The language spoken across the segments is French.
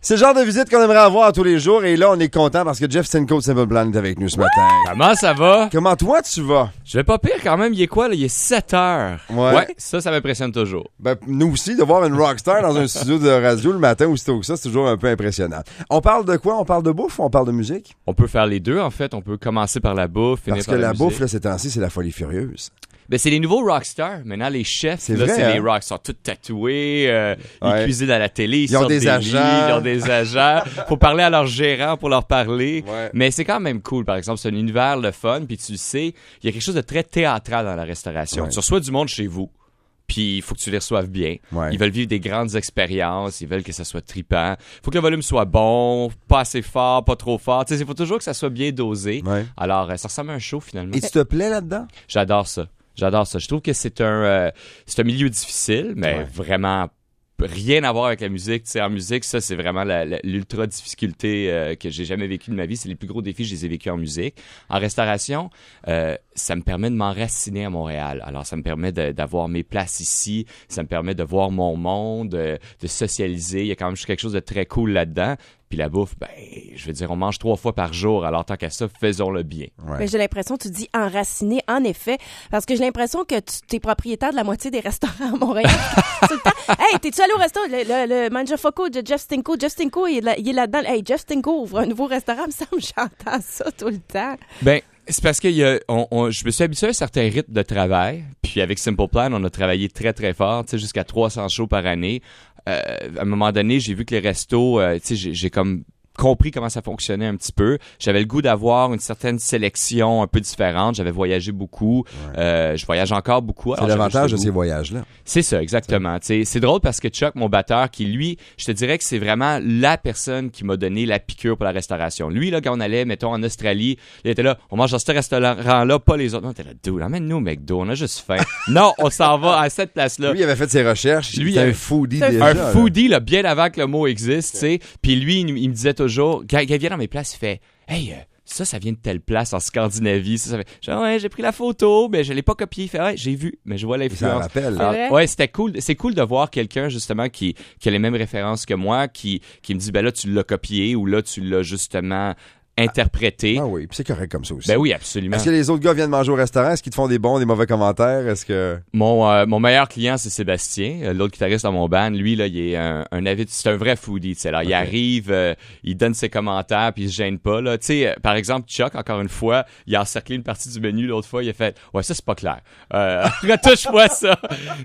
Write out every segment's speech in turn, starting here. C'est le genre de visite qu'on aimerait avoir tous les jours. Et là, on est content parce que Jeff Senko de Simple Plan est avec nous ce matin. Comment ça va? Comment toi, tu vas? Je vais pas pire quand même. Il est quoi, là? Il est 7 heures. Ouais. ça, ça m'impressionne toujours. Ben, nous aussi, de voir une rockstar dans un studio de radio le matin aussi tôt que ça, c'est toujours un peu impressionnant. On parle de quoi? On parle de bouffe ou on parle de musique? On peut faire les deux, en fait. On peut commencer par la bouffe, finir Parce que par la, musique. bouffe, là, ces temps-ci, c'est la folie furieuse. Ben, c'est les nouveaux rockstars. Maintenant, les chefs, C'est là, vrai, c'est hein? les rockstars. Tous tatoués, euh, Ouais. ils cuisinent à la télé, ils, Ils ont sortent des agents. lits, ils ont des agents. Faut parler à leur gérant pour leur parler. Ouais. Mais c'est quand même cool, par exemple. C'est un univers le fun, puis tu le sais, il y a quelque chose de très théâtral dans la restauration. Ouais. Tu reçois du monde chez vous. Puis il faut que tu les reçoives bien. Ouais. Ils veulent vivre des grandes expériences, ils veulent que ça soit tripant. faut que le volume soit bon, pas assez fort, pas trop fort. Tu sais, il faut toujours que ça soit bien dosé. Ouais. Alors, euh, ça ressemble à un show finalement. Et tu te plais là-dedans? J'adore ça. J'adore ça. Je trouve que c'est un, euh, c'est un milieu difficile, mais Ouais. vraiment rien à voir avec la musique. Tu sais, en musique, ça, c'est vraiment la- la- l'ultra difficulté euh, que j'ai jamais vécue de ma vie. C'est les plus gros défis que je les ai vécus en musique. En restauration, euh, ça me permet de m'enraciner à Montréal. Alors, ça me permet de- d'avoir mes places ici. Ça me permet de voir mon monde, euh, de socialiser. Il y a quand même quelque chose de très cool là-dedans. Puis la bouffe, ben, je veux dire, on mange trois fois par jour. Alors, tant qu'à ça, faisons-le bien. Ouais. Mais Ben, j'ai l'impression, tu dis enraciné, en effet, parce que j'ai l'impression que tu es propriétaire de la moitié des restaurants à Montréal. Tout le temps, hey, t'es-tu allé au resto? Le, le, le Manja Foco de Jeff Stinko, Jeff Stinko, il est là- il est là-dedans. hey, Jeff Stinko ouvre un nouveau restaurant, il me semble, j'entends ça tout le temps. Ben, c'est parce que il y a- on- on- je me suis habitué à un certain rythme de travail. Puis avec Simple Plan, on a travaillé très, très fort, tu sais, jusqu'à 300 shows par année. Euh, à un moment donné, j'ai vu que les restos, euh, tu sais, j'ai- j'ai comme compris comment ça fonctionnait un petit peu. J'avais le goût d'avoir une certaine sélection un peu différente. J'avais voyagé beaucoup. Euh, je voyage encore beaucoup. C'est Alors, j'avais l'avantage de juste le ces goût. voyages-là. C'est ça, exactement. Tu sais, C'est drôle parce que Chuck, mon batteur, qui lui, je te dirais que c'est vraiment la personne qui m'a donné la piqûre pour la restauration. Lui, là, quand on allait, mettons, en Australie, il était là, on mange dans ce restaurant-là, pas les autres. Non, t'es là, dude, emmène-nous au McDo, on a juste faim. non, on s'en va à cette place-là. Lui, il avait fait ses recherches. Lui, Lui, il il un a- foodie Un déjà. Un là. foodie, là, bien avant que le mot existe, tu sais. Puis lui, il, il me disait toujours, quand quand il vient dans mes places, il fait Hey, euh, ça, ça vient de telle place en Scandinavie. Ça, ça fait, Je dis, ouais, j'ai pris la photo, mais je l'ai pas copiée. Il fait, ouais, j'ai vu, mais je vois Il s'en l'influence. rappelle. Ah, Alors, vrai? ouais, c'était cool. C'est cool de voir quelqu'un justement qui, qui a les mêmes références que moi, qui, qui me dit ben là tu l'as copié ou là tu l'as justement interprété. Ah oui, puis c'est correct comme ça aussi. Ben oui, absolument. Est-ce que les autres gars viennent manger au restaurant? Est-ce qu'ils te font des bons, des mauvais commentaires? Est-ce que. Mon, euh, mon meilleur client, c'est Sébastien, euh, l'autre guitariste dans mon band. Lui, là, il est un, un avis, c'est un vrai foodie. tu sais. Alors, il arrive, euh, il donne ses commentaires, puis il se gêne pas. Là. Tu sais, euh, par exemple, Chuck, encore une fois, il a encerclé une partie du menu l'autre fois. Il a fait « Ouais, ça, c'est pas clair. Euh, Retouche-moi ça. »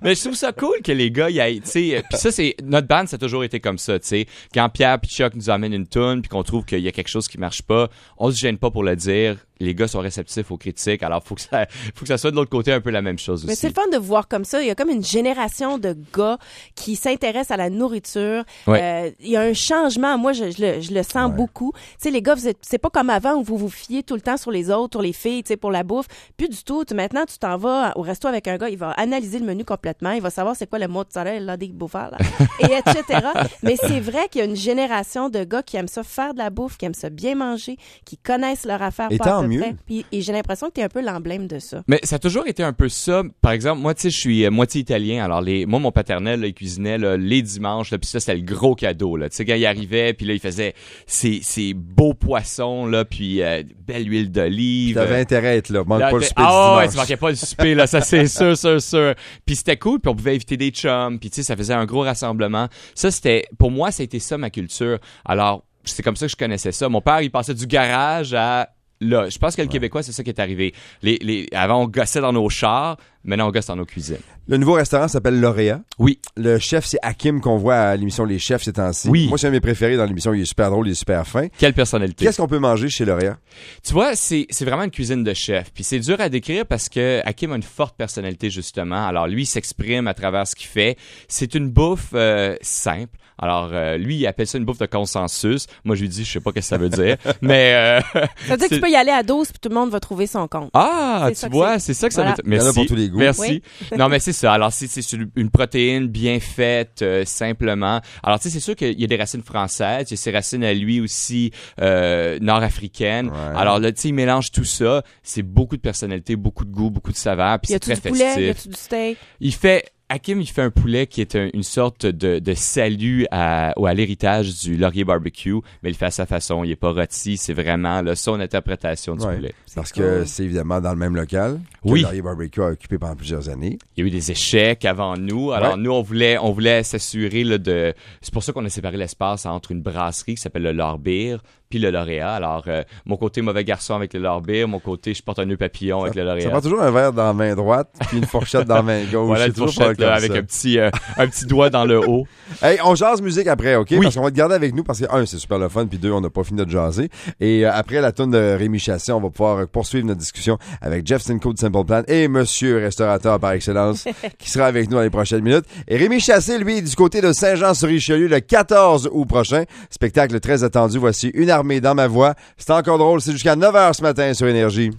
Mais je trouve ça cool que les gars, y aillent, tu sais, euh, puis ça, c'est notre band, ça a toujours été comme ça. tu sais. Quand Pierre puis Chuck nous amènent une tune puis qu'on trouve qu'il y a quelque chose qui marche pas, on se gêne pas pour le dire. Les gars sont réceptifs aux critiques. Alors, faut que ça, faut que ça soit de l'autre côté un peu la même chose Mais aussi. c'est le fun de vous voir comme ça. Il y a comme une génération de gars qui s'intéressent à la nourriture. Ouais. Euh, il y a un changement. Moi, je, je le, je le sens beaucoup. Tu sais, les gars, vous êtes- c'est pas comme avant où vous vous fiez tout le temps sur les autres, sur les filles, tu sais, pour la bouffe. Plus du tout. Tu- Maintenant, tu t'en vas au resto avec un gars, il va analyser le menu complètement. Il va savoir c'est quoi le mozzarella des bouffards, là, et etc. Mais c'est vrai qu'il y a une génération de gars qui aiment ça faire de la bouffe, qui aiment ça bien manger, qui connaissent leur affaire. Et pas à tant peu mieux. près. Puis- et j'ai l'impression que tu es un peu l'emblème de ça. Mais ça a toujours été un peu ça. Par exemple, moi, tu sais, je suis euh, moitié italien. Alors, les, moi, mon paternel, là, il cuisinait là, les dimanches. Là, puis ça, c'était le gros cadeau. Là. Tu sais, quand il arrivait, puis là, il faisait ses, ses beaux poissons, là, puis euh, belle huile d'olive. T'avais intérêt à être là. Manque Là, pas le t'es- souper ah, du ouais, dimanche. tu manquais pas le souper, là, ça c'est sûr, sûr, sûr. Puis c'était cool, puis on pouvait inviter des chums, puis tu sais, ça faisait un gros rassemblement. Ça, c'était, pour moi, ça a été ça, ma culture. Alors, c'est comme ça que je connaissais ça. Mon père, il passait du garage à... Là, je pense que le Québécois, c'est ça qui est arrivé. Les, les, avant, on gossait dans nos chars, maintenant, on gosse dans nos cuisines. Le nouveau restaurant s'appelle Lauréat. Oui. Le chef, c'est Hakim qu'on voit à l'émission Les Chefs ces temps-ci. Oui. Moi, c'est un de mes préférés dans l'émission. Il est super drôle, il est super fin. Quelle personnalité. Qu'est-ce qu'on peut manger chez Lauréat? Tu vois, c'est c'est vraiment une cuisine de chef. Puis c'est dur à décrire parce que Hakim a une forte personnalité, justement. Alors lui, il s'exprime à travers ce qu'il fait. C'est une bouffe euh, simple. Alors euh, lui, il appelle ça une bouffe de consensus. Moi, je lui dis, je sais pas ce que ça veut dire. mais... euh, Ça veut dire que C'est- tu peux y aller à 12 puis tout le monde va trouver son compte. Ah, C'est ça tu que vois, c'est ça que ça Voilà. veut dire. y en a Merci. pour tous les goûts. Merci. non, mais c'est ça. Alors, c'est c'est sur une protéine bien faite, euh, simplement. Alors, tu sais, c'est sûr qu'il y a des racines françaises, il y a ses racines à lui aussi euh, nord-africaines. Ouais. Alors, là, tu sais, il mélange tout ça. C'est beaucoup de personnalité, beaucoup de goût, beaucoup de saveur, puis Y c'est a-tu très du poulet? Y festif. a-tu du steak? Il fait Hakim, il fait un poulet qui est un- une sorte de, de salut à, ou à l'héritage du Laurier Barbecue, mais il le fait à sa façon. Il est pas rôti, c'est vraiment là, son interprétation du Ouais. poulet. Parce cool. que c'est évidemment dans le même local que Oui. Laurier Barbecue a occupé pendant plusieurs années. Il y a eu des échecs avant nous. Alors Ouais. nous, on voulait, on voulait s'assurer là, de. C'est pour ça qu'on a séparé l'espace entre une brasserie qui s'appelle le Lorbeer puis le Lauréat. Alors euh, mon côté mauvais garçon avec le Lorbeer, mon côté je porte un nœud papillon avec le Ça Lauréat. prend toujours un verre dans la main droite puis une fourchette dans la main gauche. Voilà C'est une toujours fourchette pas là, comme avec ça. un petit, euh, un petit doigt dans le haut. Hey, on jase musique après, OK? Oui. Parce qu'on va te garder avec nous parce que, un, c'est super le fun, puis deux, on n'a pas fini de jaser. Et euh, après la tune de Rémi Chassé, on va pouvoir euh, poursuivre notre discussion avec Jeff Sinco de Simple Plan et Monsieur Restaurateur par excellence qui sera avec nous dans les prochaines minutes. Et Rémi Chassé, lui, est du côté de Saint-Jean-sur-Richelieu le 14 août prochain. Spectacle très attendu. Voici Une armée dans ma voix. C'est encore drôle. C'est jusqu'à 9h ce matin sur Énergie.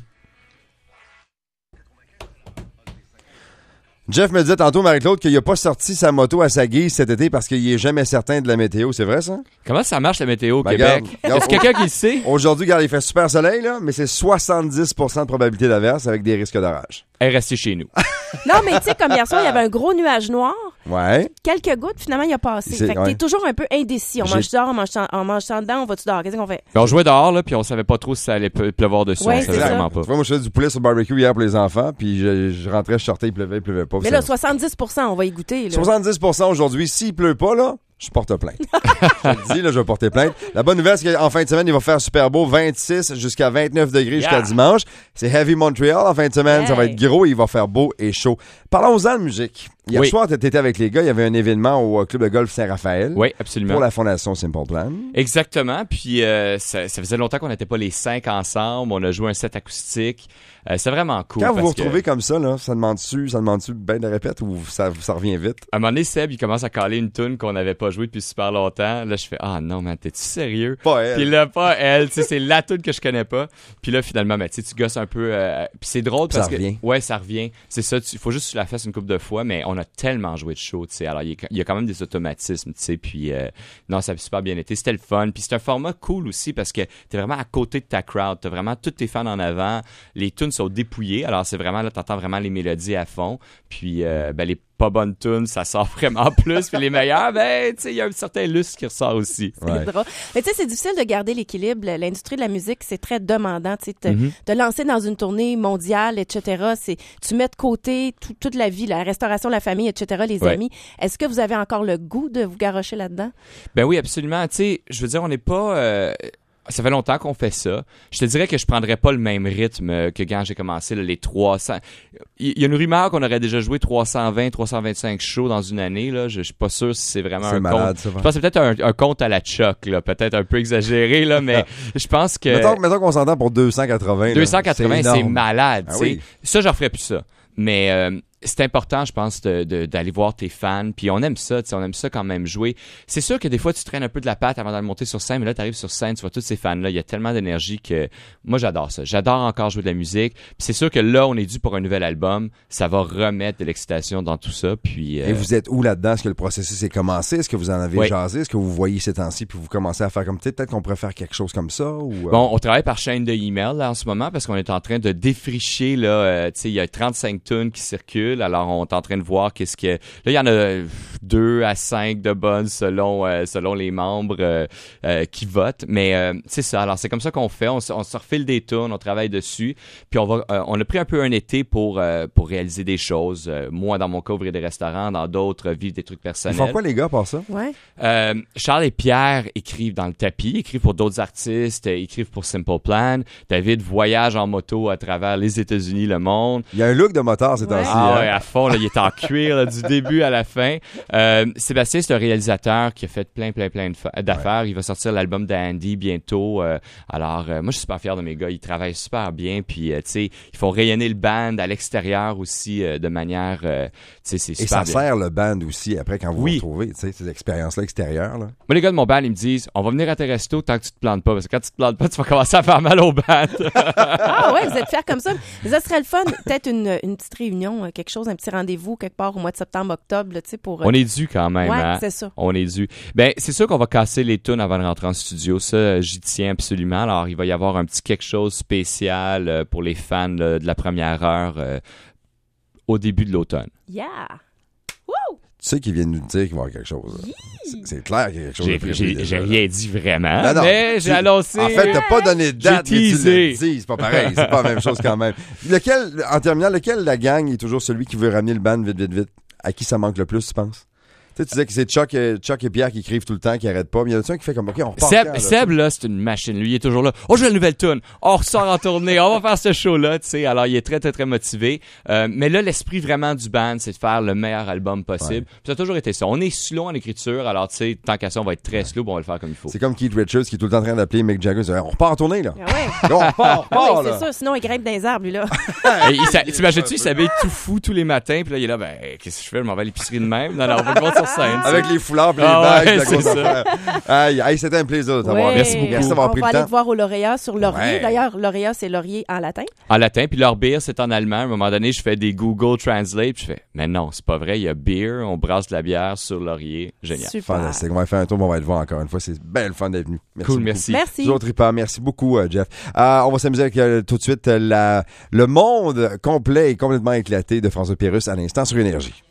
Jeff me disait tantôt, Marie-Claude, qu'il n'a pas sorti sa moto à sa guise cet été parce qu'il est jamais certain de la météo. C'est vrai, ça? Comment ça marche la météo au Ben, Québec? regarde, regarde, Est-ce que quelqu'un qui le sait? Aujourd'hui, regarde, il fait super soleil, là, mais c'est 70 de probabilité d'averse avec des risques d'orage. Elle restez chez nous. Non, mais tu sais, comme hier soir, il y avait un gros nuage noir. Ouais. Quelques gouttes, finalement, il a passé. C'est- Fait que ouais. t'es toujours un peu indécis. On J'ai- Oh, mange dehors, on mange, on mange sans dedans, on va-tu dehors? Qu'est-ce qu'on fait? Ben, on jouait dehors, là, puis on savait pas trop si ça allait pe- pleuvoir dessus. on Ouais, savait c'est ça. vraiment pas. Tu vois, moi, je faisais du poulet sur le barbecue hier pour les enfants, puis je, je rentrais, je sortais, il pleuvait, il pleuvait pas. Mais là, 70 on va y goûter. Là. 70 aujourd'hui, s'il pleut pas, là, je porte plainte. je te le dis, là, je vais porter plainte. La bonne nouvelle, c'est qu'en fin de semaine, il va faire super beau, 26 jusqu'à 29 degrés jusqu'à Yeah. dimanche. C'est Heavy Montreal en fin de semaine. Ça va Hey. être gros et il va faire beau et chaud. Parlons-en de musique. Hier Oui. soir, tu étais avec les gars, il y avait un événement au euh, club de golf Saint-Raphaël. Oui, absolument. Pour la fondation Simple Plan. Exactement. Puis euh, ça, ça faisait longtemps qu'on n'était pas les cinq ensemble. On a joué un set acoustique. Euh, c'est vraiment cool. Quand vous vous parce que- retrouvez comme ça, là, ça demande-tu, ça demande-tu ben de répète ou ça, ça revient vite? À un moment donné, Seb, il commence à caler une tune qu'on n'avait pas jouée depuis super longtemps. Là, je fais Ah non, man, t'es-tu sérieux? Pas elle. Puis là, pas elle, tu sais, c'est la tune que je connais pas. Puis là, finalement, ben, tu sais, tu gosses un peu. euh, puis c'est drôle Ça parce que. revient. Ouais, ça revient. C'est ça, il faut juste que tu la fasses une couple de fois, mais on a tellement joué de show, tu sais. Alors, il y, a- il y a quand même des automatismes, tu sais. Puis euh, non, ça a super bien été. C'était le fun. Puis c'est un format cool aussi parce que t'es vraiment à côté de ta crowd. T'as vraiment tous tes fans en avant. Les tunes sont dépouillées. Alors, c'est vraiment là, t'entends vraiment les mélodies à fond. Puis, euh, ben, les pas bonnes tunes, ça sort vraiment plus. Puis les meilleures, ben, tu sais, il y a un certain lustre qui ressort aussi. Ouais. C'est drôle. Mais tu sais, c'est difficile de garder l'équilibre. L'industrie de la musique, c'est très demandant. Tu sais, te, Mm-hmm. Mhm. te lancer dans une tournée mondiale, etc. C'est, tu mets de côté tout- toute la vie, la restauration, la famille, etc., les Ouais. amis. Est-ce que vous avez encore le goût de vous garrocher là-dedans? Ben oui, absolument. Tu sais, je veux dire, on n'est pas. euh, Ça fait longtemps qu'on fait ça. Je te dirais que je prendrais pas le même rythme euh, que quand j'ai commencé là, les 300. Il il y a une rumeur qu'on aurait déjà joué 320, 325 shows dans une année. Là. Je, je suis pas sûr si c'est vraiment C'est un malade, compte. ça, Je pense que c'est peut-être un, un compte à la choc, là, peut-être un peu exagéré, là, mais je pense que Mettons, mettons qu'on s'entend pour 280. là. 280, c'est énorme. malade. Ah tu sais. oui. Ça, je referais plus ça. Mais euh, c'est important, je pense, de- de- d'aller voir tes fans. Puis on aime ça, tu sais, on aime ça quand même jouer. C'est sûr que des fois, tu traînes un peu de la patte avant d'aller monter sur scène, mais là, tu arrives sur scène, tu vois tous ces fans-là. Il y a tellement d'énergie que moi, j'adore ça. J'adore encore jouer de la musique. Puis c'est sûr que là, on est dû pour un nouvel album. Ça va remettre de l'excitation dans tout ça. Puis, euh, Et vous êtes où là-dedans? Est-ce que le processus est commencé? Est-ce que vous en avez Oui. jasé? Est-ce que vous voyez ces temps-ci puis vous commencez à faire comme, tu sais, peut-être qu'on pourrait faire quelque chose comme ça? Ou, euh, Bon, on travaille par chaîne de email là, en ce moment parce qu'on est en train de défricher là, euh, tu sais, il y a 35 tonnes qui circulent, alors on est en train de voir qu'est-ce que là il y en a euh, deux à cinq de bonnes selon euh, selon les membres euh, euh, qui votent, mais euh, c'est ça. Alors c'est comme ça qu'on fait, on, se- on se refile des tunes, on travaille dessus, puis on va euh, on a pris un peu un été pour euh, pour réaliser des choses, Euh, moi dans mon cas ouvrir des restaurants, dans d'autres euh, vivre des trucs Ils personnels. font quoi, les gars, par ça? Ouais. Euh, Charles et Pierre écrivent dans le tapis, écrivent pour d'autres artistes, euh, écrivent pour Simple Plan. David voyage en moto à travers les États-Unis, le monde. Il y a un look de motard ces Ouais. temps-ci. Ah hein? ouais, à fond, là, il est en cuir là, du début à la fin. Euh, Sébastien, c'est un réalisateur qui a fait plein, plein, plein de fa- d'affaires. Il va sortir l'album d'Andy bientôt. euh, alors, euh, moi, je suis super fier de mes gars. Ils travaillent super bien. Puis, euh, tu sais, ils font rayonner le band à l'extérieur aussi euh, de manière... euh, tu sais, c'est Et super ça bien. sert le band aussi après quand vous Oui. vous retrouvez, tu sais, ces expériences-là extérieures. Là. Moi, les gars de mon band, ils me disent, on va venir à tes restos tant que tu te plantes pas. Parce que quand tu te plantes pas, tu vas commencer à faire mal au band. Ah ouais, vous êtes fiers comme ça. Mais ça serait le fun, peut-être une, une petite réunion, euh, quelque chose, un petit rendez-vous quelque part au mois de septembre, octobre, là, tu sais, pour... euh, on est dû quand même, ouais, hein? c'est ça. On est dû. Ben, c'est sûr qu'on va casser les tunes avant de rentrer en studio. Ça, euh, j'y tiens absolument. Alors, il va y avoir un petit quelque chose spécial euh, pour les fans là, de la première heure euh, au début de l'automne. Yeah! Wouh! Tu sais qu'ils viennent nous dire qu'il va y avoir quelque chose. là. C'est- C'est clair qu'il y a quelque chose de J'ai prévu j'ai- déjà, j'ai là. rien dit vraiment, Non, non, Ah, mais j'ai tu- annoncé. En fait, t'as pas donné de date, J'ai mais tu le teasé. dis. C'est pas pareil. C'est pas la même chose quand même. Lequel, en terminant, lequel de la gang est toujours celui qui veut ramener le ban vite, vite, vite? À qui ça manque le plus, tu penses? Tu sais, tu disais que c'est Chuck, et- Chuck et Pierre qui écrivent tout le temps, qui arrêtent pas. Mais y en a un qui fait comme, OK, on repart. Seb, quand, là? Seb, là, c'est une machine. Lui, il est toujours là. Oh, j'ai la nouvelle tune. On ressort en tournée. On va faire ce show-là, tu sais. Alors, il est très, très, très motivé. Euh, mais là, l'esprit vraiment du band, c'est de faire le meilleur album possible. Puis Ça a toujours été ça. On est slow en écriture. Alors, tu sais, tant qu'à ça, on va être très slow, puis on va le faire comme il faut. C'est comme Keith Richards qui est tout le temps en train d'appeler Mick Jagger. Il dit, On repart en tournée, là. Ah Là, ouais. on repart, on Ah repart, oui, là. c'est sûr, sinon il grimpe dans les arbres, lui, là. Et il s'a- T'imagines-tu, il s'habille tout fou tous les matins. Puis là, il est là, ben, qu'est-ce que je fais? Je m'en vais à l'épicerie de même. Non, non, on va le voir sur scène. tu sais. Avec les foulards puis les Ah bagues, ouais, la grosse c'est ça. affaire. Aïe, aïe, c'était un plaisir de t'avoir. Ouais. Merci beaucoup. Merci d'avoir On pris va le aller temps. te voir au Lauréat sur Laurier. Ouais. D'ailleurs, Lauréat, c'est Laurier en latin. en latin, puis leur beer, c'est en allemand. À un moment donné, je fais des Google Translate, puis je fais, mais non, c'est pas vrai, il y a beer, on brasse de la bière sur laurier. Génial. Super. Fantastique. On va faire un tour, mais on va le voir encore une fois. C'est belle fun d'être venu. Merci Cool, beaucoup. merci. Merci. Toujours trippant. Merci beaucoup, euh, Jeff. Euh, on va s'amuser avec euh, tout de suite euh, la- le monde complet et complètement éclaté de François Pérus à l'instant sur Énergie.